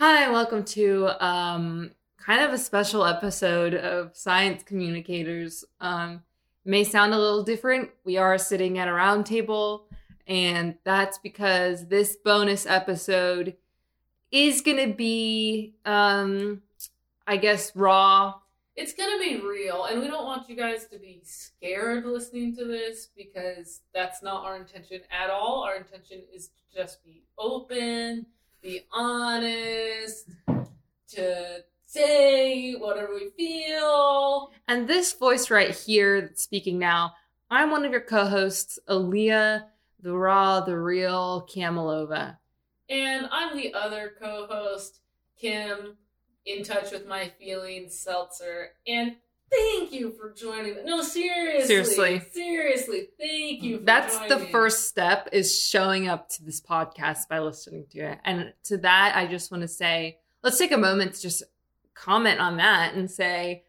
welcome to um, kind of a special episode of Science Communicators. Um, may sound a little different. We are sitting at a round table, and that's because this bonus episode is going to be, um, I guess, raw. It's gonna be real, and we don't want you guys to be scared listening to this because that's not our intention at all. Our intention is to just be open, be honest, to say whatever we feel. And this voice right here that's speaking now, I'm one of your co hosts, Aaliyah, the raw, the real Camelova. And I'm the other co-host, Kim, in touch with my feelings, Seltzer, and thank you for joining. me. No, seriously, Seriously. seriously, thank you. For That's the joining. first step is showing up to this podcast by listening to it. And to that, I just want to say, let's take a moment to just comment on that and say,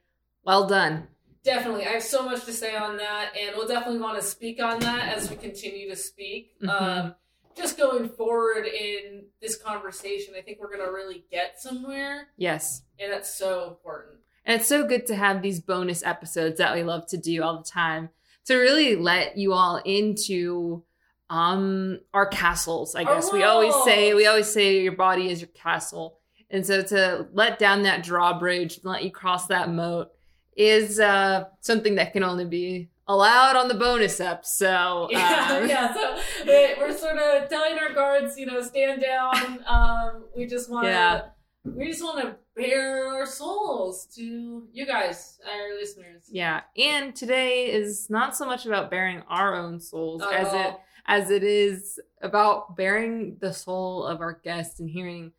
well done. Definitely. I have so much to say on that, and we'll definitely want to speak on that as we continue to speak. Mhm. Um, just going forward in this conversation, I think we're going to really get somewhere, Yes. and that's so important. And it's so good to have these bonus episodes that we love to do all the time to really let you all into um our castles, I Our guess. We always say we worlds. always say your body is your castle. And so to let down that drawbridge and let you cross that moat is uh something that can only be allowed on the bonus up. So Yeah, um, yeah. So we- we're sort of telling our guards, you know, stand down. Um, we just want to, Yeah. we just want to bare our souls to you guys, our listeners. yeah. And today is not so much about bearing our own souls Not at as it all. as it is about bearing the soul of our guest and hearing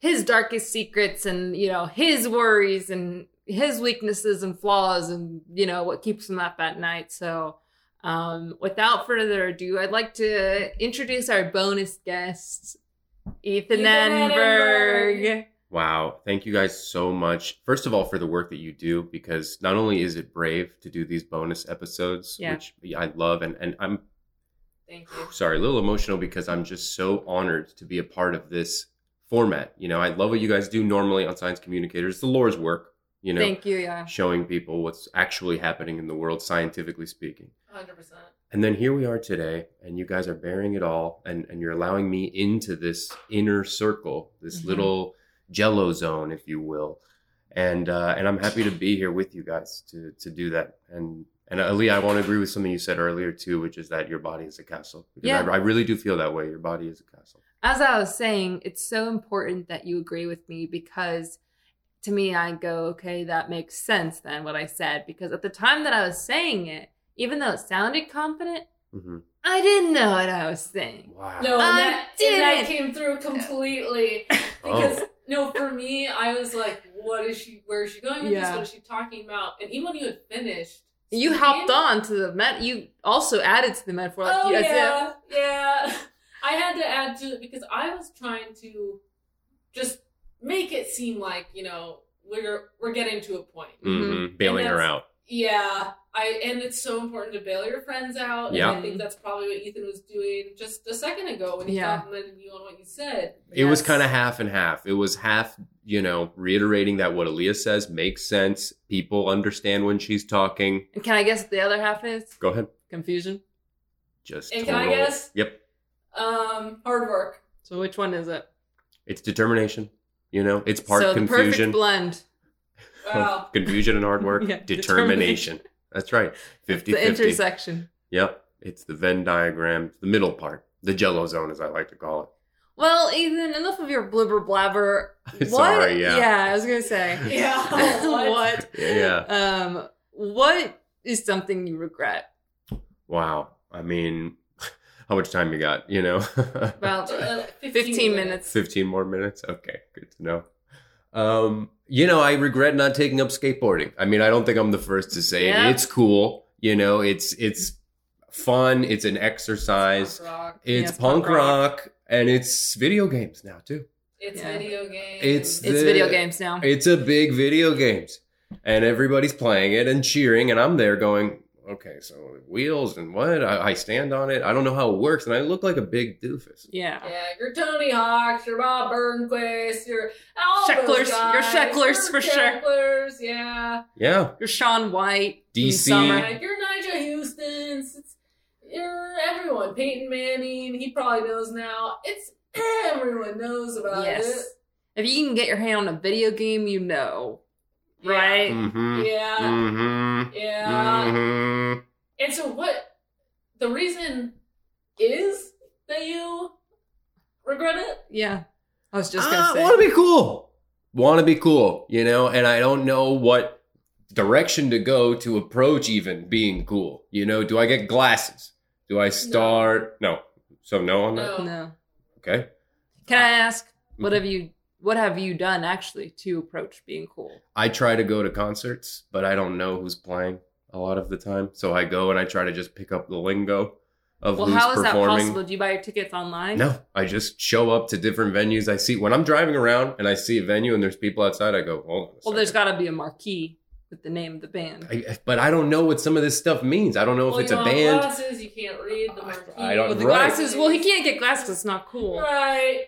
his darkest secrets and you know his worries and his weaknesses and flaws and you know what keeps him up at night so um, without further ado i'd like to introduce our bonus guest ethan, Ethan enberg, Enberg. Wow. Thank you guys so much. First of all, for the work that you do, because not only is it brave to do these bonus episodes, Yeah. which I love, and, and I'm Thank you. sorry, a little emotional because I'm just so honored to be a part of this format. You know, I love what you guys do normally on Science Communicators, the Lord's work, you know, thank you yeah showing people what's actually happening in the world, scientifically speaking. Hundred percent. And then here we are today, and you guys are bearing it all, and, and you're allowing me into this inner circle, this Mm-hmm. Mhm. little jello zone, if you will. And uh, and I'm happy to be here with you guys to to do that. And and Ali, I want to agree with something you said earlier too, which is that your body is a castle. Because Yeah. I, I really do feel that way. Your body is a castle. as I was saying, it's so important that you agree with me because to me, I go, okay, that makes sense then what I said. Because at the time that I was saying it, even though it sounded confident, hmm I didn't know what I was saying. Wow. No, and I that, and didn't. that came through completely Oh. because no, for me, I was like, "What is she? Where is she going with Yeah. this? What is she talking about?" And even when you had finished, You speaking- hopped on to the met. You also added to the metaphor. Like, oh you- as if- yeah, yeah. I had to add to it because I was trying to just make it seem like you know we're we're getting to a point. hmm Bailing her Mm-hmm. that's- out. Yeah, I and it's so important to bail your friends out. and I Yeah. think that's probably what Ethan was doing just a second ago when he Yeah. complimented you on what you said. It was Yes. kind of half and half. It was half, you know, reiterating that what Aaliyah says makes sense. People understand when she's talking. And can I guess what the other half is? Go ahead. Confusion. Just And can I total- guess? Yep. Um, hard work. So which one is it? It's determination. You know, it's part so the perfect confusion, blend. Wow. confusion and hard work, Yeah, determination. That's right. 50 the 50. intersection. Yep. It's the Venn diagram, the middle part, the jello zone, as I like to call Well, Ethan, enough of your blibber blabber. it. Sorry. Yeah. Yeah, I was gonna say. yeah. what? Yeah. Um, what is something you regret? Wow. I mean, how much time you got, you know? About Uh, 15 minutes. 15 more minutes okay good to know um you know i regret not taking up skateboarding i mean i don't think i'm the first to say Yeah. it it's cool you know it's it's fun it's an It's exercise punk rock. it's, it's punk, punk rock. and it's video games now too It's Yeah. video games. It's It's The- video games now. it's a big video games and everybody's playing it and cheering and i'm there going okay, so wheels and what? I, I stand on it. I don't know how it works, and I look like a big doofus. Yeah. Yeah, you're Tony Hawks, you're Bob Burnquist, you're all those Shecklers. You're guys. Shecklers You're for sure. Shecklers, yeah. Yeah, You're Sean White. in DC. Summer. Like, you're Nigel Houston's. It's, you're everyone. Peyton Manning. He probably knows now. It's everyone knows about Yes. If you can get your hand on a video game, you know. Yeah. Right? Mm-hmm. it. Yeah. Mm-hmm. Yeah. Mm-hmm. And so what? The reason is that you regret it. Yeah. I was just I gonna say. want to Ah, be cool. Want to be cool, you know? And I don't know what direction to go to approach even being cool. You know, do I get glasses? Do I start? No. So no on that. No. No. Okay. Can I ask what have you what have you done actually to approach being cool? I try to go to concerts, but I don't know who's playing a lot of the time. So I go and I try to just pick up the lingo of Well, who's how is that performing. possible? Do you buy your tickets online? No, I just show up to different venues. I see when I'm driving around and I see a venue and there's people outside. I go, hold on. a Well, there's second." got to be a marquee with the name of the band. I, but I don't know what some of this stuff means. I don't know if Well, it's you a don't have band. Glasses. You can't read the I- marquee. I don't- With the Right. glasses, well, he can't get glasses. It's not cool. Right.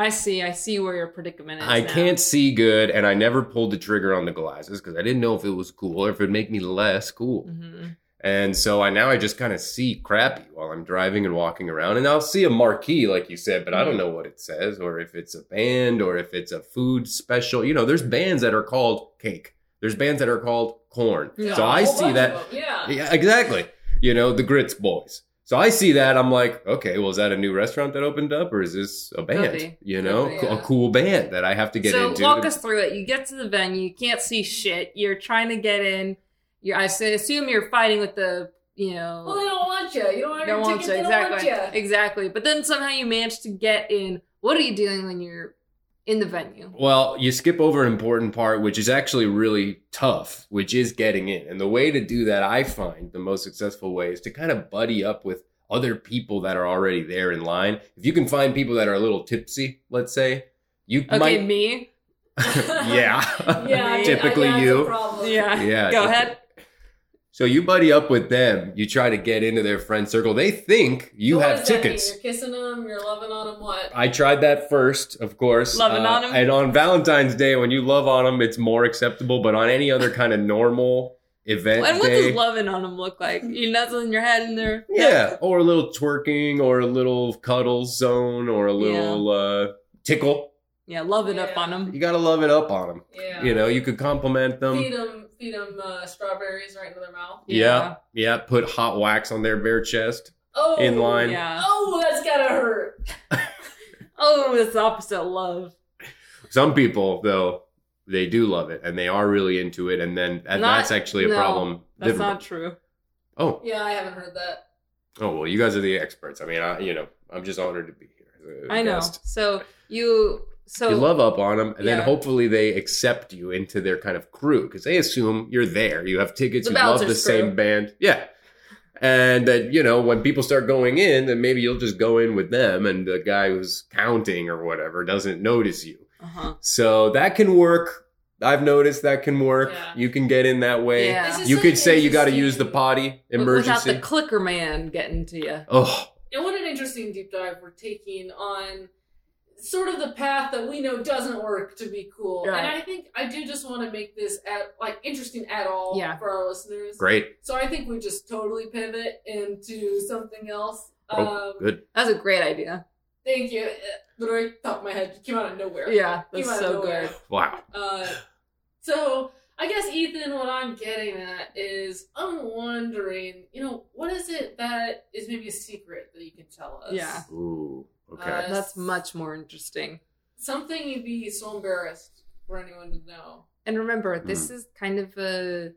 I see. I see where your predicament is. I now. can't see good, and I never pulled the trigger on the glasses because I didn't know if it was cool or if it would make me less Mm. cool. Mhm. And so I now I just kind of see crappy while I'm driving and walking around, and I'll see a marquee like you said, but I Mm-hmm. don't know what it says or if it's a band or if it's a food special. You know, there's bands that are called cake. There's bands that are called corn. Yeah. So A I whole bunch see of that them, Yeah. Yeah, exactly. You know, the Grits Boys. So I see that. I'm like, okay, well, is that a new restaurant that opened up or is this a band? be. You know, Could be, a yeah. cool band that I have to get so into. walk to- us through it. You get to the venue. You can't see shit. You're trying to get in. You're, I s- assume you're fighting with the you know. Well, they don't want you. You don't have don't your want ticket. you They exactly don't want you. exactly. But then somehow you manage to get in. What are you doing when you're in the venue? Well, you skip over an important part, which is actually really tough, which is getting in. And the way to do that, I find the most successful way is to kind of buddy up with other people that are already there in line. If you can find people that are a little tipsy, let's say, you Okay, might. me. yeah. Yeah. I mean, I- Typically yeah, it's a you. problem. Yeah. Yeah, Go typically. ahead. So you buddy up with them. You try to get into their friend circle. They think you What have does that mean? tickets. Uh, You're kissing them. You're loving on them. What? I tried that first, of course. uh, Loving on 'em? And on Valentine's Day, when you love on them, it's more acceptable. But on any other kind of normal event And what day, does loving on them look like? You nuzzling your head in there. yeah, or a little twerking, or a little cuddle zone, or a little uh, tickle. Yeah, love it up Yeah. on them. You gotta love it up on them. Yeah. You know, um, you could compliment them. feed them, feed them uh, strawberries right into their mouth. Yeah, yeah. Put hot wax on their bare chest. Oh, In line. Yeah. yeah. Oh, that's gotta hurt. Oh, it's the opposite of love. Some people, though, they do love it and they are really into it, and then and Not- that's actually a no, problem. That's Different- not true. Oh, Yeah, I haven't heard that. oh well, you guys are the experts. I mean, I you know, I'm just honored to be here. as a I know. guest. So you so you love up on them, and then Yeah. hopefully they accept you into their kind of crew because they assume you're there. You have tickets. The you love the Bowser's crew. same band. Yeah. And that you know when people start going in, then maybe you'll just go in with them, and the guy who's counting or whatever doesn't notice you. uh-huh. So that can work. I've noticed that can work. Yeah. You can get in that way. Yeah. This is You such an could say you got to use the interesting- potty W- Without emergency. the clicker man getting to you. oh, And what an interesting deep dive we're taking on sort of the path that we know doesn't work to be cool. Right. And I think I do just want to make this at like interesting at all Yeah. for our listeners. great. So I think we just totally pivot into something else. Oh, um, good. That's a great idea. Thank you. Uh, Literally, top of my head came out of nowhere. Yeah, Came that's out of so nowhere. good. Wow. Uh, so I guess Ethan, what I'm getting at is I'm wondering, you know, what is it that is maybe a secret that you can tell us? Yeah. Ooh. Okay. Uh, That's much more interesting. Something you'd be so embarrassed for anyone to know. And remember, Mm. this is kind of a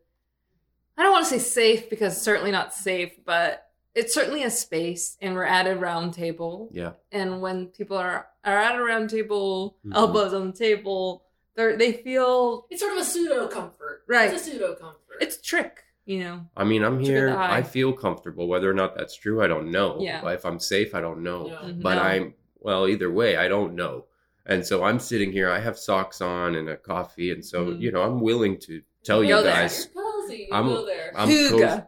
I don't want to say safe because it's certainly not safe, but it's certainly a space and we're at a round table. yeah. and when people are are at a round table, Mhm. elbows on the table, they are they feel It's sort of a pseudo comfort. Right. It's a pseudo comfort. it's a trick, you know. I mean, I'm It's a good here. eye. I feel comfortable. Whether or not that's true, I don't know. Yeah. If I'm safe, I don't know. Yeah. Mhm. But No. I'm well. Either way, I don't know. And so I'm sitting here. I have socks on and a coffee, and so Mm. Mhm. you know, I'm willing to tell Go you there. guys. You're cozy. You I'm- go there. I'm Huga. cozy.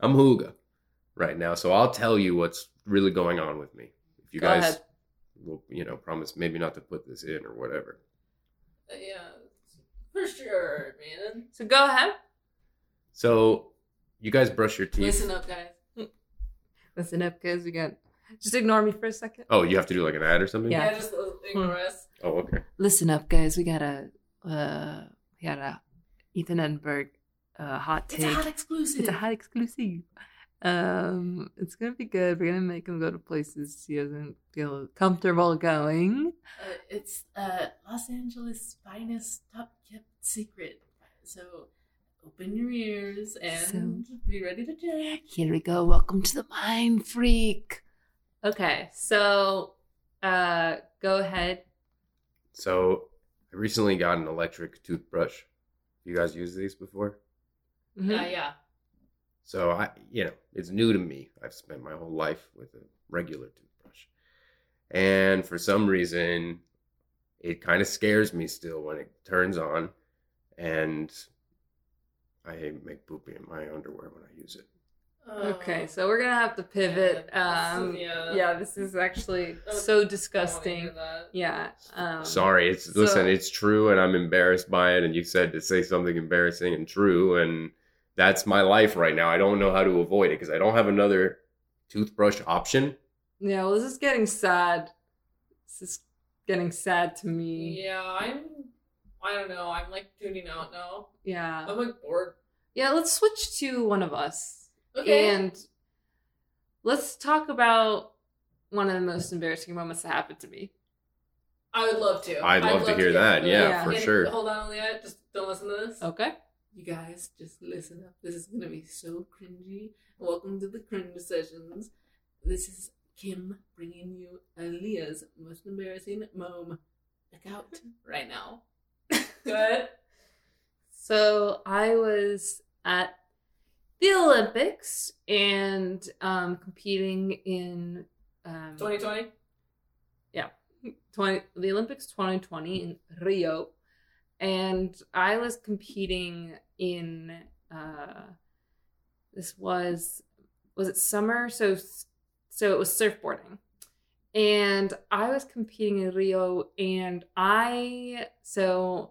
I'm Hooga right now, so I'll tell you what's really going on with me. If you Go guys ahead. will, you know, promise maybe not to put this in or whatever. Uh, Yeah, for sure, man. So go ahead. So you guys brush your teeth. Listen up, guys. Listen up, kids. We got. Just ignore me for a second. Oh, you have to do like an ad or something? Yeah. Yeah, just uh, ignore us. Oh, okay. Listen up, guys. We got a. Uh, we got a Ethan Enberg uh, hot take. It's a hot exclusive. It's a hot exclusive. Um, it's gonna be good. We're gonna make him go to places he doesn't feel comfortable going. Uh, it's uh, Los Angeles' finest top kept secret. So open your ears and be ready to judge. Here we go. Welcome to the Mind Freak. Okay, so uh, go ahead. So I recently got an electric toothbrush. You guys used these before? Mm-hmm. Yeah, Uh, yeah. So I, you know, it's new to me. I've spent my whole life with a regular toothbrush. And for some reason, it kind of scares me still when it turns on. And I make poopy in my underwear when I use it. Uh, Okay, so we're gonna have to pivot. Oh. Yeah, this is- Um, yeah. yeah, this is actually so Oh, I don't wanna hear disgusting. that. Yeah. Um, Sorry, it's so- listen, it's true and I'm embarrassed by it and you said to say something embarrassing and true and that's my life right now. I don't know how to avoid it because I don't have another toothbrush option. Yeah. Well, this is getting sad. This is getting sad to me. Yeah, I'm. I don't know. I'm like tuning out now. Yeah. I'm like bored. Yeah, let's switch to one of us. Okay. And let's talk about one of the most embarrassing moments that happened to me. I would love to. I'd love to hear that, yeah, for sure. Hold on, Leah. Just don't listen to this. Okay. You guys, just listen up. This is going to be so cringy. Welcome to the cringe sessions. This is Kim bringing you Aaliyah's most embarrassing mom. Look out right now. Good. So I was at the Olympics and um, competing in um, 2020. 20 the Olympics 2020 in Rio, and I was competing in uh, this was was it summer? So so it was surfboarding, and I was competing in Rio, and I so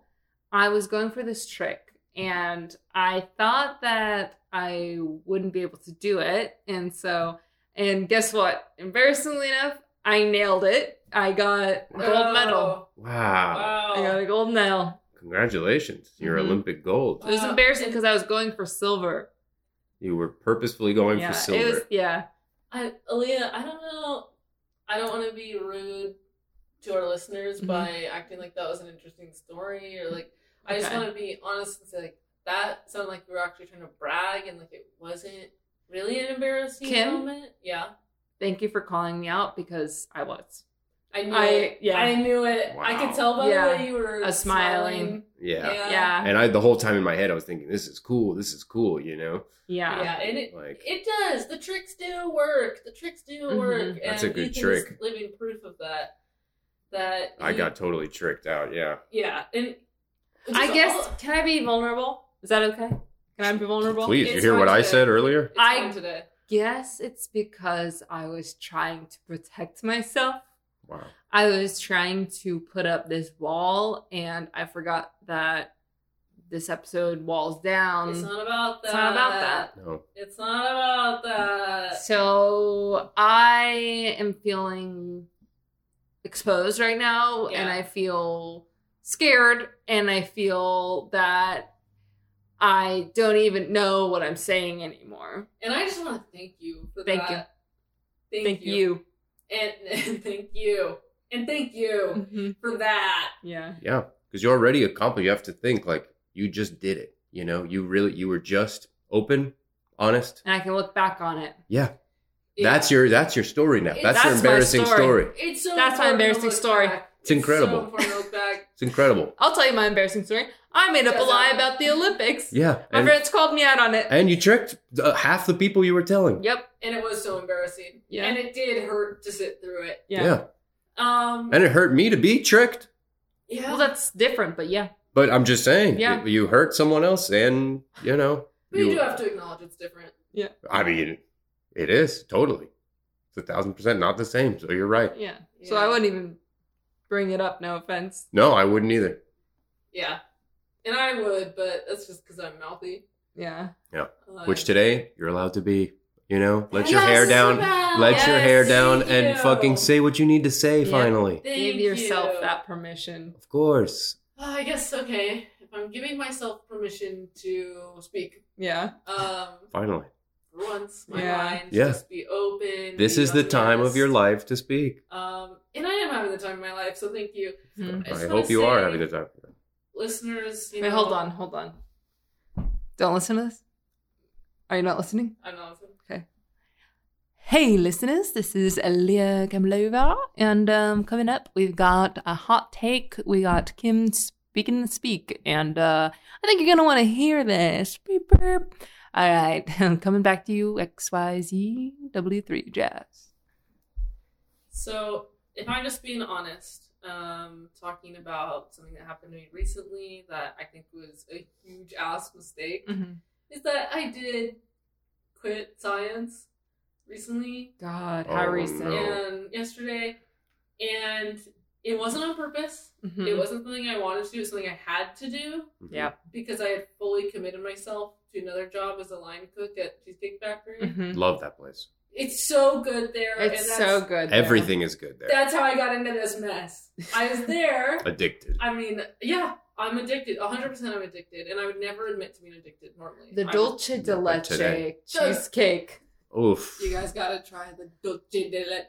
I was going for this trick, and I thought that I wouldn't be able to do it, and so. And guess what? Embarrassingly enough, I nailed it. I got gold medal. Wow. Oh, Wow. I got a gold medal. Congratulations. Your Mhm. Olympic gold. Uh, It was Wow. embarrassing because I was going for silver. You were purposefully going yeah, for silver. It was, yeah. I, Aaliyah, I don't know. I don't want to be rude to our listeners Mhm. by acting like that was an interesting story or like. I just Okay. want to be honest and say like that sounded like we were actually trying to brag and like it wasn't really an embarrassing Kim? moment. Yeah, Thank you for calling me out because I was. I knew. I- it. yeah. I knew it. I Wow. could tell by Yeah. the way you were I was smiling. yeah. Yeah. Yeah. And I the whole time in my head I was thinking, this is cool, this is cool, you know? Yeah. Yeah, and it Like- it does. The tricks do work. The tricks do Mhm. work. That's and a good Ethan is trick. Living proof of that. That I he- got totally tricked out, yeah. Yeah, and I just guess, all- can I be vulnerable? Is that okay? Can I be vulnerable? Please, you It's hear what hard I to- said earlier? it's I- fun today. Yes, it's because I was trying to protect myself. Wow. I was trying to put up this wall and I forgot that this episode walls down. it's not about that. um, it's not about that. No. It's not about that. So I am feeling exposed right now and Yeah. I feel scared and I feel that I don't even know what I'm saying anymore. And I just want to thank you for Thank that. Thank, Thank you. And, and thank you. And thank you Mhm. for that. Yeah. Yeah, because you already accomplished. You have to think like you just did it. You know, you really you were just open, honest. And I can look back on it. Yeah, Yeah. that's your that's your story now. It- That's, your that's my embarrassing story. story. It's so That's my important to embarrassing look story. back. It's incredible. so important to look back. It's incredible. I'll tell you my embarrassing story. I made up a Yes, lie I- about the Olympics. Yeah, My and friends called me out on it. and you tricked uh, half the people you were telling. Yep. And it was so embarrassing. Yeah. And it did hurt to sit through it. Yeah. Um and it hurt me to be tricked. yeah. Well, that's different, but yeah. But I'm just saying, Yeah. you, you hurt someone else, and you know, but you do have to acknowledge it's different. Yeah. I mean, it is totally. It's a thousand percent not the same. So you're right. Yeah. So I wouldn't even bring it up. No offense. No, I wouldn't either. Yeah. And I would, but that's just because I'm mouthy. Yeah. Uh, Which today you're allowed to be. You know, let your Yes, hair down. Isabel! Let your hair Yes, down thank and you. fucking say what you need to say. Yeah. Finally, Thank Give yourself you. that permission. of course. Uh, I guess okay. If I'm giving myself permission to speak, Yeah. um, Finally, for once my Yeah. mind Yeah. just be open. this be is the time of honest. your life to speak. Um, and I am having the time of my life, so thank you, Mhm. I just I wanna hope you are say- having a good time. Mm-hmm. listeners. You Wait, know, hold on. Hold on. Don't listen to this. Are you not listening? I don't know. Hey, listeners, this is Leah Kamlova, and um, coming up, we've got a hot take. We got Kim speaking to speak, and uh, I think you're going to want to hear this. Beep, burp. All right, coming back to you, XYZW3 Jazz. So, if I'm just being honest, um, talking about something that happened to me recently that I think was a huge ass mistake Mm-hmm. is that I did quit science recently God, how Oh, recent. no. and yesterday, and it wasn't on purpose. Mhm. It wasn't something I wanted to do. It was something I had to do Yeah. because I had fully committed myself to another job as a line cook at Cheesecake Factory. Mhm. Love that place. It's so good there. It's and so that's, good. there. Everything is good there. That's how I got into this mess. I was there. Addicted. I mean, yeah, I'm addicted. 100% I'm addicted. And I would never admit to being addicted normally. The I'm- dulce de Not leche today. cheesecake. Oof. You guys gotta try the dulce de leche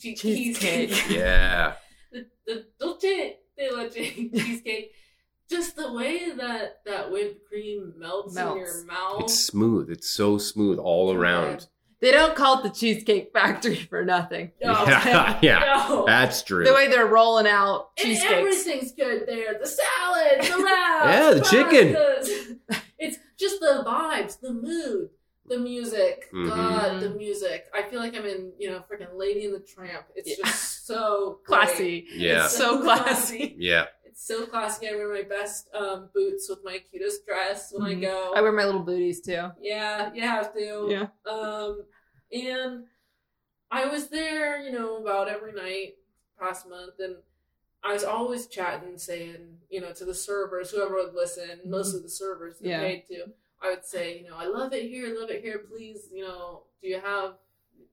che- Cheesecake. cheesecake. Yeah. the, the dulce de leche cheesecake. Just the way that that whipped cream melts, in Melts. your mouth. It's smooth. It's so smooth all around. They don't call it the Cheesecake Factory for nothing. No. Yeah. yeah. No. That's true. The way they're rolling out And cheesecakes. everything's good there. The salad, the wraps. Yeah, the chicken. pastas. It's just the vibes, the mood, the music. Mhm. God, the music. I feel like I'm in, you know, freaking Lady and the Tramp. It's Yeah. just so great. Classy. yeah. It's so classy. yeah. It's so classy. I wear my best um, boots with my cutest dress when Mhm. I go. I wear my little booties too. yeah, you have to. Yeah. Um, and I was there, you know, about every night past month, and I was always chatting, saying, you know, to the servers, whoever would listen, mostly the servers that Mm-hmm. Yeah. paid to, I would say, you know, I love it here, love it here, please, you know, do you have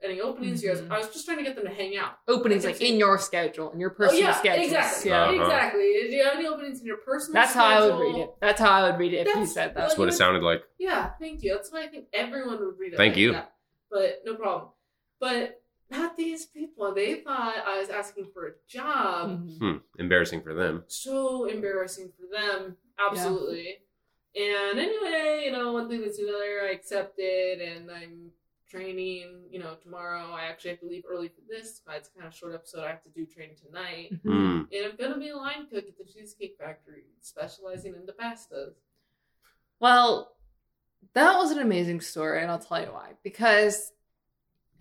any openings here? Mhm. I was just trying to get them to hang out. Openings like in your schedule, in your personal oh, yeah, schedule. Exactly. Yeah. Uh-huh. Exactly. Do you have any openings in your personal That's how I would schedule? read it. That's how I would read it if you That's- said that. That's what it sounded like. Yeah, thank you. That's why I think everyone would read it. Thank like you. that. But no problem. But not these people. They thought I was asking for a job. Mhm. Hmm. Embarrassing for them. So embarrassing for them. Absolutely. And anyway, you know, one thing leads to another. I accepted, and I'm training. You know, tomorrow I actually have to leave early for this, but it's kind of short episode. I have to do training tonight, Mhm. Hmm. and I'm gonna be a line cook at the Cheesecake Factory, specializing in the pastas. Well, that was an amazing story, and I'll tell you why. Because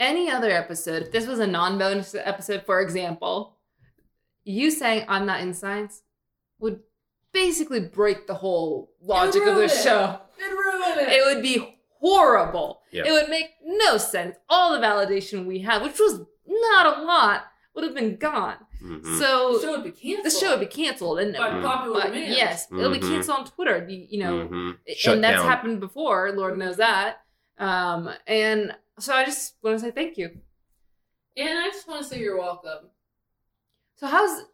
any other episode, if this was a non bonus episode, for example, you saying I'm not in science would basically break the whole logic of the ruin it. show. It ruined it. It would be horrible. Yeah. It would make no sense. All the validation we had, which was not a lot, would have been gone. Mhm. So the show would be canceled. the show would be canceled, and by Mhm. popular but demand. yes, it'll be Mhm. canceled on Twitter. It'd be, You know, Mhm. Shut and that's down. happened before. Lord knows that. Um, and so I just want to say thank you. And I just want to say you're welcome. So how's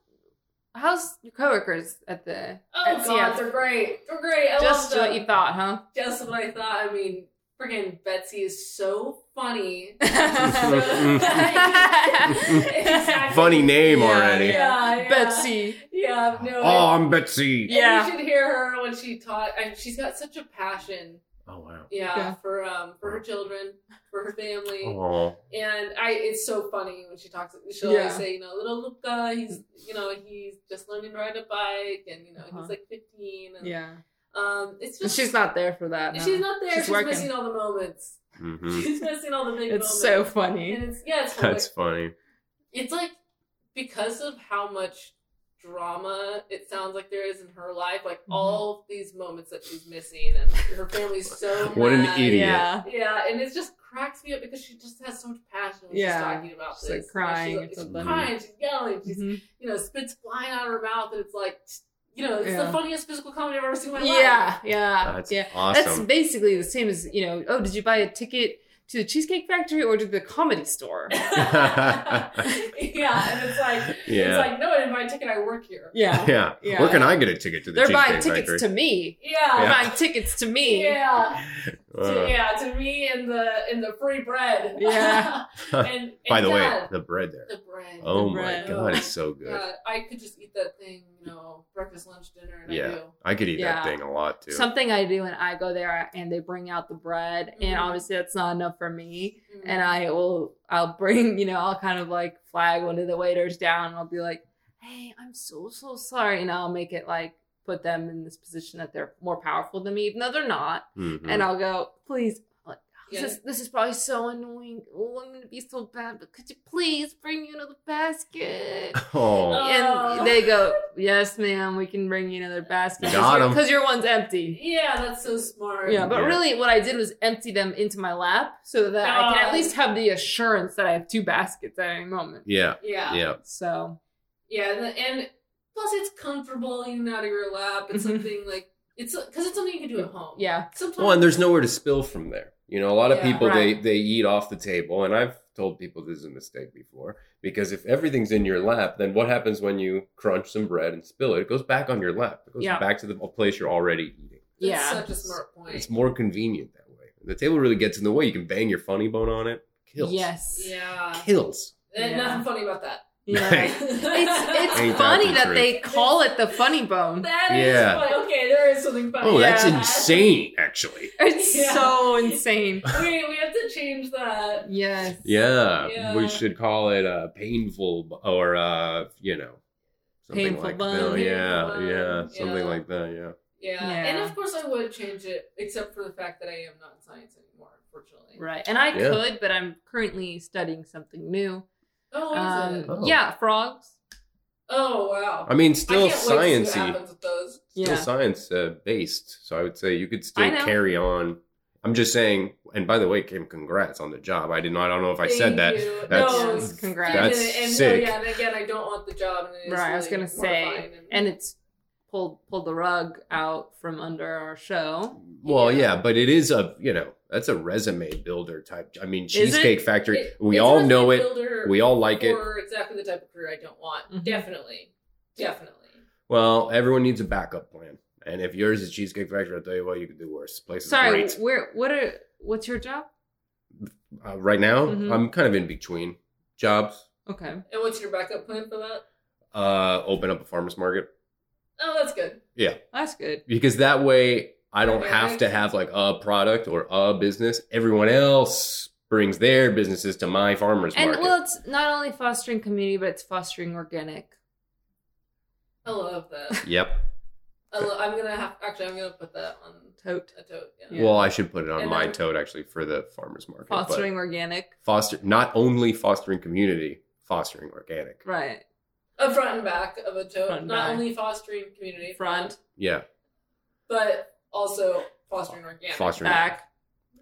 how's your coworkers at the? Oh That's- God, yeah. they're great. They're great. I just love what them. you thought, huh? Just what I thought. I mean, freaking Betsy is so funny. Exactly. Funny name Yeah, already. Yeah, yeah. Betsy. Yeah, no. Oh, I'm Betsy. Yeah. yeah. You should hear her when she taught. I she's got such a passion. Oh wow. Yeah, Yeah. for um for her children, for her family. Oh. And I, it's so funny when she talks. She'll Yeah. always say, you know, little Luca, he's, you know, he's just learning to ride a bike, and you know, Uh-huh. he's like 15, and Yeah, um, it's and just she's not there for that. no. she's not there. She's She's, working. missing all the moments. Mhm. She's missing all the big moments. It's so funny. And it's yeah, it's, That's hilarious. funny. it's like because of how much drama it sounds like there is in her life, like Mhm. all these moments that she's missing, and her family's so What an mad. idiot. Yeah. Yeah, and it just cracks me up because she just has so much passion when Yeah. she's talking about She's, like, this. crying. she's, It's she's a bunny. crying, she's yelling, she's Mhm. you know spits flying out of her mouth, and it's like you know it's Yeah. the funniest physical comedy I've ever seen in my life. Yeah. Yeah. That's yeah. That's awesome. basically the same as, you know, oh, did you buy a ticket to the Cheesecake Factory or to the comedy store? yeah, and it's like it's yeah. like no, I didn't buy a ticket. I work here. Yeah. yeah. Yeah. Where can I get a ticket to the They're buying Cheesecake tickets Factory? to me. They're Yeah, buying tickets to me. yeah, Uh, to, yeah. To me and the and the free bread. Yeah. and, and by the way, yeah, the bread there. the bread. oh the bread. my god, it's so good. God, I could just eat that thing, you know, breakfast, lunch, dinner, and Yeah. I do. I could eat Yeah. that thing a lot too. Something I do when I go there and they bring out the bread, and Mhm. obviously that's not enough for me. Mm. And uh, I will, I'll bring, you know, I'll kind of like flag one of the waiters down. And I'll be like, "Hey, I'm so so sorry," and I'll make it like put them in this position that they're more powerful than me, even though they're not. Mhm. And I'll go, "Please, like, Yeah. this, is, this is probably so annoying. Oh, I'm gonna be so bad, but could you please bring me another basket?" oh, Oh. And they go, "Yes, ma'am, we can bring you another basket Got 'em. because your one's empty." Yeah, that's so smart. Yeah, but Yeah. really, what I did was empty them into my lap so that I can at God. least have the assurance that I have two baskets at any moment. yeah, yeah, yeah, yeah. So and, the- and plus it's comfortable eating out of your lap. It's Mhm. something like it's because it's something you can do at home. yeah, Sometimes. Well, and there's nowhere to spill from there. You know, a lot of Yeah. people Right. they they eat off the table, and I've told people this is a mistake before because if everything's in your lap, then what happens when you crunch some bread and spill it? It goes back on your lap. It goes Yeah. back to the place you're already eating. That's yeah. such a smart point. It's more convenient that way. The table really gets in the way. You can bang your funny bone on it. Kills. yes, yeah, Kills. and Yeah. nothing funny about that. yeah. it's it's it's Ain't that funny the that, truth? they call it the funny bone. Yeah. funny. Okay, there is something funny. Oh, that's Yeah. insane, actually. It's Yeah. so insane. Wait, we have to change that. Yes. Yeah, Yeah. we should call it uh, painful b- or uh, you know, something Painful like bone. that. Yeah, Painful yeah, bone, something yeah. like that. Yeah. Yeah. Yeah. and of course I would change it, except for the fact that I am not in science anymore, unfortunately. Right, and I Yeah. could, but I'm currently studying something new. Oh, what is Um, it? Oh. Yeah, frogs. Oh, wow. I mean, I still can't wait to see what sciencey, happens with those. Yeah. still science uh, based. So I would say you could I still know. carry on. I'm just saying. And by the way, Kim, congrats on the job. I did not. I don't know if I Thank said that. you. That's no, Yes, congrats. that's and, and, sick. Oh, yeah, and again, I don't want the job. And it is Right, I was really gonna say, mortifying and it's pulled pulled the rug out from under our show. Well, Yeah. yeah, but it is a you know that's a resume builder type. I mean, it? Cheesecake Factory. It- we it's all a know it. builder We all like it. for exactly the type of career I don't want. Mhm. Definitely, definitely. Well, everyone needs a backup plan, and if yours is Cheesecake Factory, I'll tell you what, you could do worse. This Place is Sorry, great. where what are what's your job? Uh, right now, Mhm. I'm kind of in between jobs. Okay. And what's your backup plan for that? Uh, open up a farmers market Oh, that's good. That's good. because that way I don't Okay, have right. to have like a product or a business. Everyone else brings their businesses to my farmers And market. well, it's not only fostering community, but it's fostering organic. I love that. yep. I lo- I'm gonna have actually. I'm gonna put that on Tote. a tote. Yeah. Yeah. Well, I should put it on And my then- tote actually for the farmers market. but Fostering organic. foster not only fostering community, fostering organic. Right. A front and back of a tote, Front and not back. only fostering community Front. Yeah, but also fostering organic. fostering Back.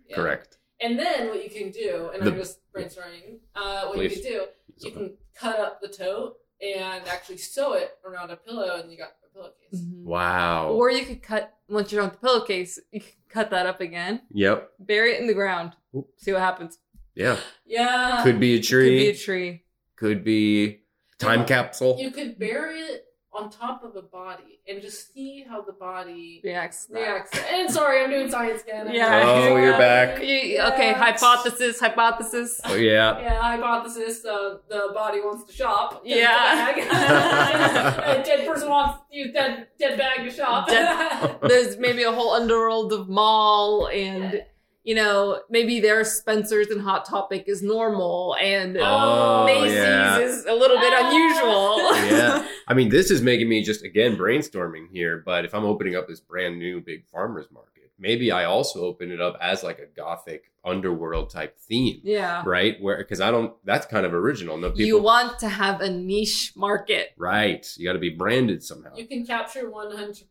Yeah. correct. And then what you can do, and The- I'm just brainstorming, uh, what Please. you can do, you can cut up the tote and actually sew it around a pillow, and you got a pillowcase. Mm-hmm. Mhm. Wow. Or you could cut once you're done with the pillowcase, you can cut that up again, yep. bury it in the ground, Oop. see what happens. Yeah. Yeah. Could be a Could be tree. a tree. Could be time capsule. You could bury it on top of a body and just see how the body Reacts. to that. reacts. And sorry, I'm doing science again. Yeah. Oh, you're back. You- Okay. Hypothesis. Hypothesis. Oh yeah. Yeah, hypothesis. Uh, the body wants to shop. Dead Yeah. bag. a dead person wants you dead dead bag to shop. Dead- There's maybe a whole underworld of mall and. You know, maybe their Spencer's and Hot Topic is normal, and Oh, Macy's yeah. is a little bit unusual. Yeah. I mean, this is making me just again brainstorming here, but if I'm opening up this brand new big farmers market, maybe I also open it up as like a gothic underworld type theme, Yeah. right? Where because I don't that's kind of original. No people, You want to have a niche market. right? You got to be branded somehow. You can capture 100%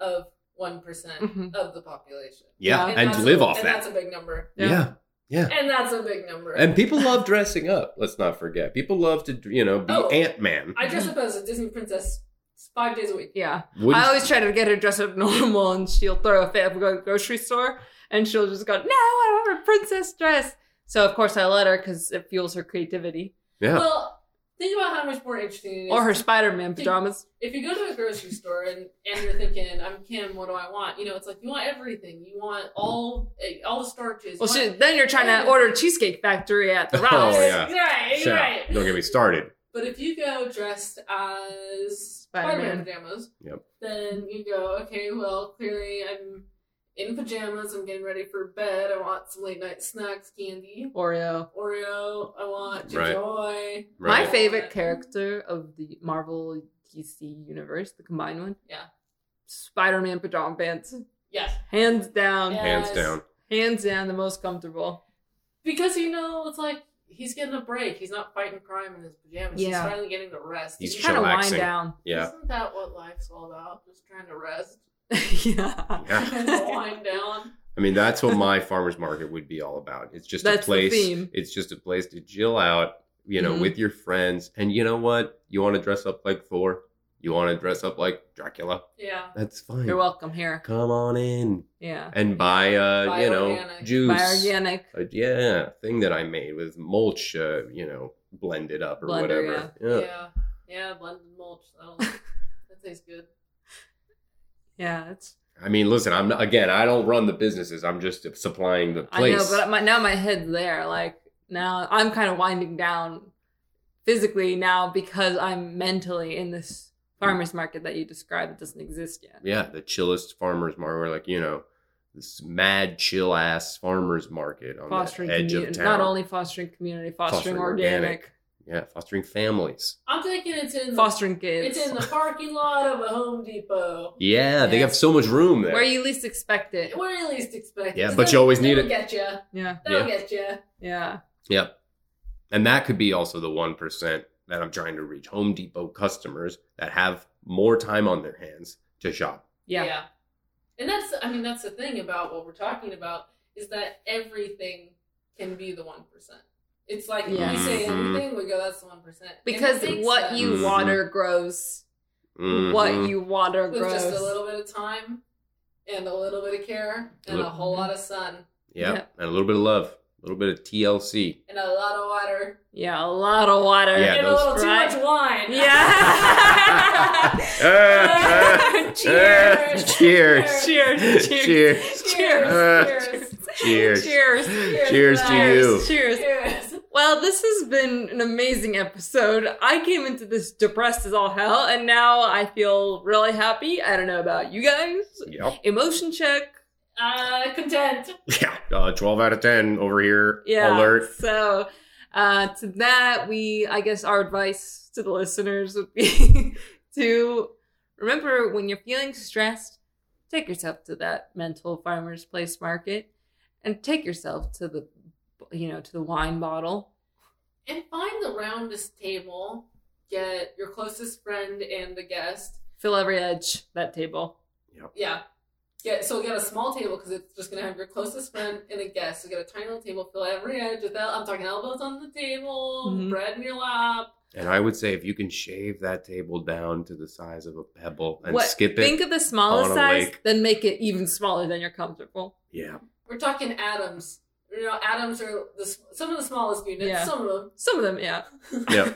of 1% percent Mhm. of the population. yeah, Yeah. and, that's live a, off and that. That's a big number. Yeah. yeah, yeah. And that's a big number. And people love dressing up. Let's not forget. People love to, you know, be Oh. Ant Man. I dress up as a Disney princess five days a week. Yeah. I always try to get her dressed up normal and she'll throw a fit if we go to the grocery store and she'll just go, No, I want a princess dress. So, of course, I let her because it fuels her creativity. Yeah. Well, think about how much more interesting it is. Or her Spider Man pajamas. if you go to a grocery store and, and you're thinking, I'm Kim, what do I want? You know, it's like you want everything. You want all eh, all the starches. Well, You she, want- then you're trying to order Cheesecake Factory at the Oh, Ralph's. yeah. Right, Shut up. right. Don't get me started. But if you go dressed as Spider-Man. Spider-Man pajamas, Yep. then you go, okay, well, clearly I'm in pajamas. I'm getting ready for bed. I want some late night snacks, candy, Oreo. Oreo. I want Right. joy. Right. My favorite character of the Marvel DC universe, the combined one. Yeah. Spider Man pajama pants. Yes, Hands down. Yeah. Hands Yes. down. Hands down, the most comfortable. because you know it's like he's getting a break. He's not fighting crime in his pajamas. Yeah. He's finally getting to rest. He's You kind of wind chillaxing. down. Yeah. Isn't that what life's all about? Just trying to rest, yeah. Yeah. wind down. I mean, that's what my farmer's market would be all about. It's just That's the a place. theme. It's just a place to chill out, you know, Mhm. with your friends. And you know what? You want to dress up like Thor. You want to dress up like Dracula. Yeah. That's fine. You're welcome here. Come on in Yeah. and buy, uh, Buy you know, organic. juice. Buy organic. Uh, yeah, thing that I made with mulch, uh, you know, blended up or Blender, whatever. Yeah. Yeah. blended mulch. That'll, that tastes good. Yeah, it's I mean, listen, I'm not, again, I don't run the businesses. I'm just supplying the I place. know, but my, now my head's there. Like now, I'm kind of winding down physically now because I'm mentally in this Hmm. farmers market that you described. It doesn't exist yet. yeah, the chillest farmers market, or like you know, this mad chill ass farmers market on Fostering the edge of community, town. not only fostering community, fostering, Fostering organic, yeah, fostering families. I'm thinking it's in the, fostering kids, it's in the parking lot of a Home Depot. Yeah, they Yeah. have so much room there. where you least expect it. Where you least expect. it. Yeah, So but that- you always need that'll it. Get you. Yeah, That'll get you. yeah, Yep, and that could be also the one percent that I'm trying to reach: Home Depot customers that have more time on their hands to shop. yeah, And that's I mean that's the thing about what we're talking about is that everything can be the one percent. It's like Yeah. we say Mhm. anything, we go that's the one percent. Because what you Mhm. water grows, Mhm. what you water with grows. just a little bit of time and a little bit of care and a Look- whole lot of sun Yep, Yeah. and a little bit of love, a little bit of TLC. and a lot of water yeah, a lot of water. Yeah, and a those- little too Right. much wine. Yeah. Cheers. Eh, Cheers. Cheers. Cheers. Cheers. Uh, Cheers. Cheers. Cheers to you. Cheers. Cheers. Cheers. Well, this has been an amazing episode. I came into this depressed as all hell, and now I feel really happy. I don't know about you guys. Yep. Emotion check. Uh, content. Yeah. Uh, 12 out of 10 over here. Yeah. Alert. So, uh, to that, we, I guess, our advice to the listeners would be to remember when you're feeling stressed, take yourself to that mental farmer's place market and take yourself to the, you know, to the wine bottle. And find the roundest table. Get your closest friend and a guest. Fill every edge that table. Yeah. Get so get a small table because it's just gonna have your closest friend and a guest. So get a tiny little table, fill every edge with el- I'm talking elbows on the table, Mhm. bread in your lap. And I would say if you can shave that table down to the size of a pebble and What- skip it. Think of the smallest on a size, lake. then make it even smaller than you're comfortable. yeah. We're talking atoms. You know, atoms are the, s- some of the smallest units. Yeah. Some of them. Some of them, yeah. Yeah.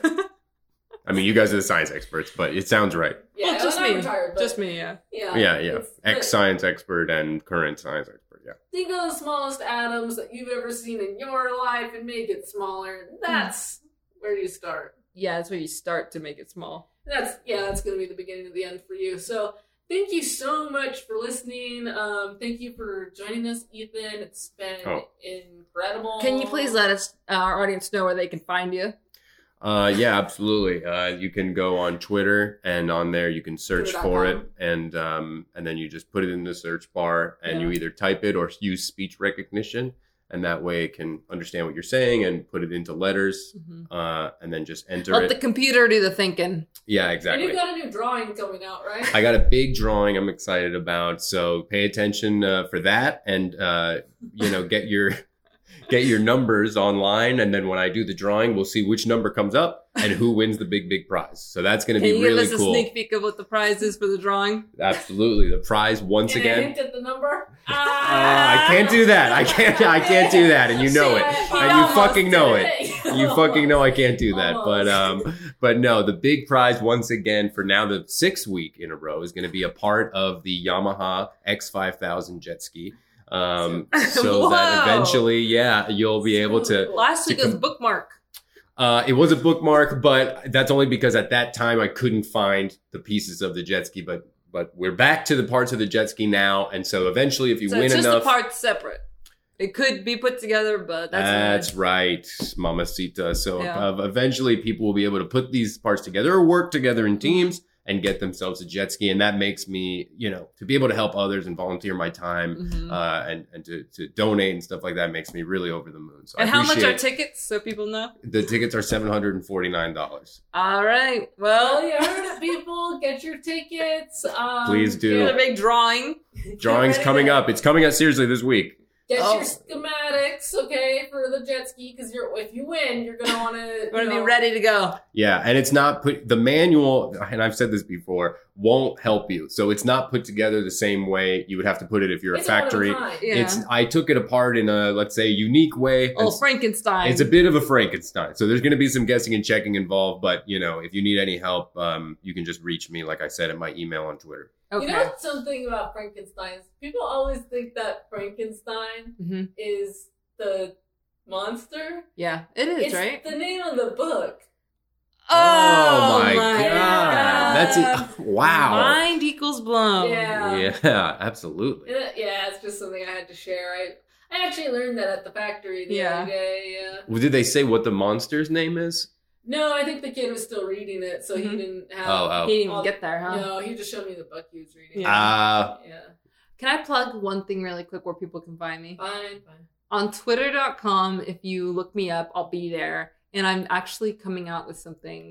I mean, you guys are the science experts, but it sounds right. Yeah, well, just I'm me. Retired, but Just me, yeah. Yeah. Yeah. Yeah. It's- Ex science expert and current science expert. Yeah. Think of the smallest atoms that you've ever seen in your life and make it smaller. That's where you start. Yeah, that's where you start to make it small. That's yeah, that's gonna be the beginning of the end for you. So thank you so much for listening. Um, thank you for joining us, Ethan. It's been Oh. incredible. Can you please let us, uh, our audience, know where they can find you? Uh, yeah, absolutely. Uh, you can go on Twitter, and on there you can search for it, and um, and then you just put it in the search bar, and Yeah. you either type it or use speech recognition, and that way it can understand what you're saying and put it into letters, Mhm. uh, and then just enter Let it. the computer do the thinking. yeah, And exactly. you've got a new drawing coming out, right? I got a big drawing I'm excited about. So pay attention uh, for that, and uh, you know get your get your numbers online, and then when I do the drawing, we'll see which number comes up and who wins the big big prize. So that's going Can to be you really give us cool. a sneak peek of what the prize is for the drawing? Absolutely, the prize once and I again. hint at the number. Uh, I can't do that. I can't. I can't do that, and you know it. And you fucking know it. You fucking know I can't do that. But um, but no, the big prize once again for now the sixth week in a row is going to be a part of the Yamaha X5000 jet ski. Um, so that Whoa. eventually, yeah, you'll be able to. Last To week was com- bookmark. Uh, it was a bookmark, but that's only because at that time I couldn't find the pieces of the jet ski. But but we're back to the parts of the jet ski now, and so eventually, if you so win it's just enough, the parts separate. It could be put together, but that's, That's, right, Mamacita. So Yeah. uh, eventually, people will be able to put these parts together or work together in teams and get themselves a jet ski. And that makes me, you know, to be able to help others and volunteer my time Mhm. uh, and and to, to donate and stuff like that makes me really over the moon. So and I how much are appreciate tickets? So people know. the tickets are seven hundred and forty nine dollars. All right. Well, Well, you heard it, people. Get your tickets. Um, Please do. here's a big drawing. Drawings Get coming ready. up. It's coming up seriously this week. Get Oh. your schematics, okay, for the jet ski, because you're if you win, you're gonna want to. We're gonna be ready to go. Yeah, and it's not put the manual and I've said this before, won't help you. So it's not put together the same way you would have to put it if you're It's a factory. one of a kind. Yeah. It's I took it apart in a let's say unique way. and Oh, s- Frankenstein. it's a bit of a Frankenstein. So there's going to be some guessing and checking involved, but you know, if you need any help, um, you can just reach me like I said at my email on Twitter. okay. You know what's something about Frankenstein? People always think that Frankenstein hmm is the monster. Yeah, it is It's right. the name of the book. Oh, Oh god. That's it. wow. Mind equals blown. Yeah. Yeah, absolutely. Yeah, uh, yeah, it's just something I had to share. I I actually learned that at the factory the Yeah. other day. Yeah. Well, did they say what the monster's name is? No, I think the kid was still reading it, so he Mhm. didn't have. Oh, oh. He didn't even get there, huh? No, he just showed me the book he was reading. Yeah. Uh, yeah. Can I plug one thing really quick where people can find me? Fine, fine. on twitter.com if you look me up i'll be there and i'm actually coming out with something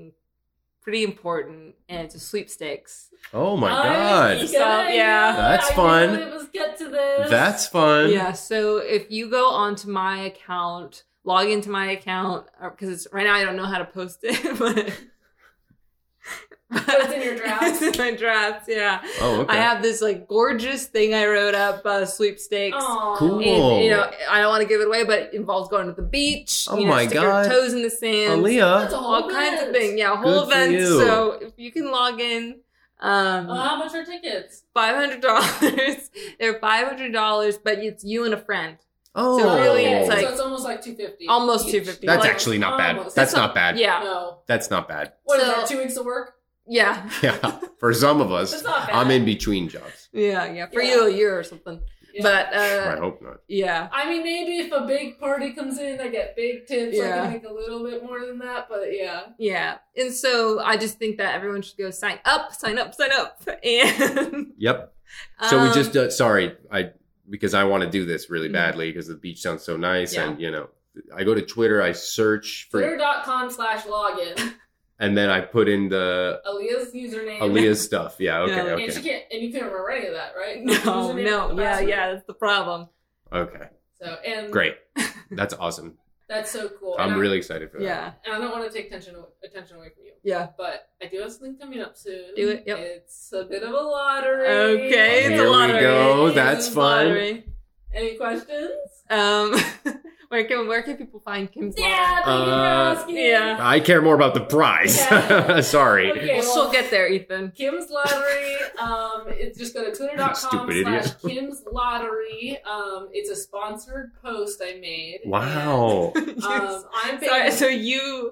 pretty important and it's a sweepstakes oh my I god. was So, gonna- yeah. That's I knew fun. It was get to this. That's fun. yeah so if you go onto my account log into my account because right now i don't know how to post it but it's in your drafts? It's in my drafts yeah Oh, okay. i have this like gorgeous thing i wrote up uh, sweepstakes Oh. Aw. Cool. And, you know, I don't want to give it away, but it involves going to the beach. Oh you know, my stick God. Your toes in the sand. Aaliyah. That's a whole all kinds of event. things. Yeah, whole Good for events. you. Uh-huh. So if you can log in, um, Oh, how much are tickets? five hundred dollars. They're five hundred dollars, but it's you and a friend. Oh, really, it's like- so it's almost like two fifty. Almost 250. that's like- actually not bad. almost. That's That's not bad. Yeah, no. That's not bad. What is So- that? Two weeks of work? yeah, Yeah, for some of us, That's not bad. I'm in between jobs. yeah, yeah. For Yeah. you, a year or something. Yeah. But I uh, hope not. yeah, I mean, maybe if a big party comes in, I get big tips. I Yeah. can make a little bit more than that, but yeah. yeah. And so I just think that everyone should go sign up, sign up, sign up. And Yep. So we um, just uh, sorry, I because I want to do this really Mm-hmm. Mhm. badly because the beach sounds so nice Yeah. and you know I go to Twitter, I search for, Twitter.com slash login. and then I put in the Aaliyah's username. Aaliyah's stuff. Yeah. Okay. Yeah. And she Okay. can't, and you couldn't remember any of that, right? no, Username no, and the yeah, password. yeah. That's the problem. Okay. So and Great. That's awesome. That's so cool. I'm And I- really excited for that. Yeah, And I don't want to take attention attention away from you, yeah. but I do have something coming up soon. Do it, yep. It's a bit of a lottery. Okay, it's Here a we lottery. go, It's that's a fun. lottery. Any questions? Um, where can where can people find Kim's lottery? Yeah, thank you Uh, for asking. yeah. I care more about the prize. Yeah. sorry. Okay. Well, she'll get there, Ethan. Kim's Lottery. Um, it's just go to twitter.com Stupid slash idiot. Kim's Lottery. Um, it's a sponsored post I made. Wow. And, um, I'm Sorry, paying, so you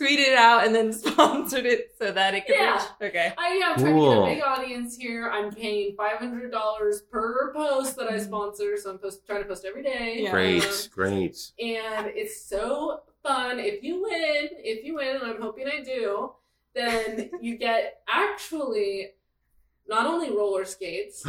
tweeted out and then sponsored it so that it could Yeah. reach. Okay. I am trying to get Cool. a big audience here. I'm paying $500 per post that I sponsor, so I'm post, trying to post every day. Yeah. Um, Great. Great. and it's so fun. If you win, if you win, and I'm hoping I do, then you get actually not only roller skates,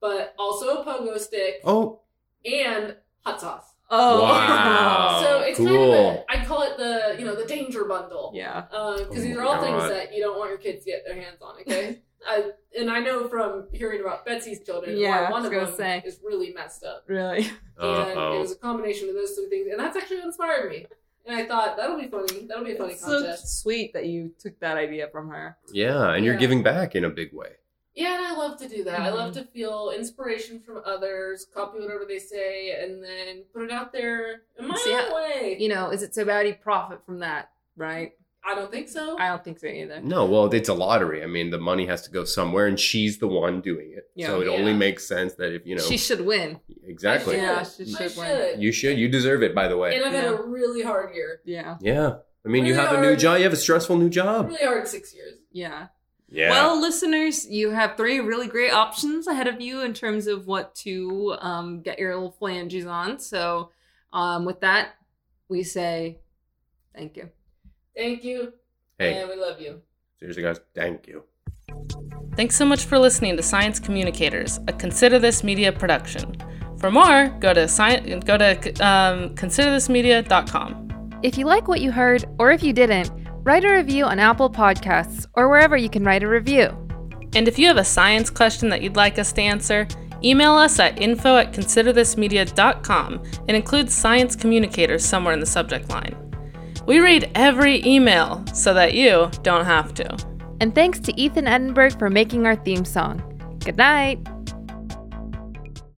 but also a pogo stick Oh, and hot sauce. Oh. Wow. So it's kind cool. of a, I call it the you know the danger bundle. Yeah. because Oh Uh, these my are all things God. that you don't want your kids to get their hands on. Okay, I, and I know from hearing about Betsy's children, Yeah, why I one was of gonna them say. is really messed up, Really. and it was a combination of those two things, and that's actually what inspired me. And I thought that'll be funny. That'll be a funny It's so contest. sweet that you took that idea from her. Yeah, and you're Yeah. giving back in a big way. Yeah, and I love to do that. I love Mm-hmm. to feel inspiration from others, copy whatever they say, and then put it out there in my See, own way. You know, is it so bad you profit from that, right? I don't think so. I don't think so either. No, well, it's a lottery. I mean, the money has to go somewhere, and she's the one doing it. Yeah. so it Yeah. only makes sense that if you know She should win. exactly, should. Yeah, she I should win. should. you should. You deserve it. By the way, and I've had Yeah. a really hard year. Yeah. yeah. I mean, you Really have a new hard. job. You have a stressful new job. Really hard six years. Yeah. Yeah. Well, listeners, you have three really great options ahead of you in terms of what to um, get your little phalanges on. So, um, with that, we say thank you. Thank you, hey, and we love you. seriously, guys, thank you. Thanks so much for listening to Science Communicators, a Consider This Media production. For more, go to sci- go to um, considerthismedia.com. If you like what you heard, or if you didn't, write a review on Apple Podcasts or wherever you can write a review. And if you have a science question that you'd like us to answer, email us at info at considerthismedia.com and include science communicators somewhere in the subject line. We read every email so that you don't have to. And thanks to Ethan Edinburgh for making our theme song. Good night.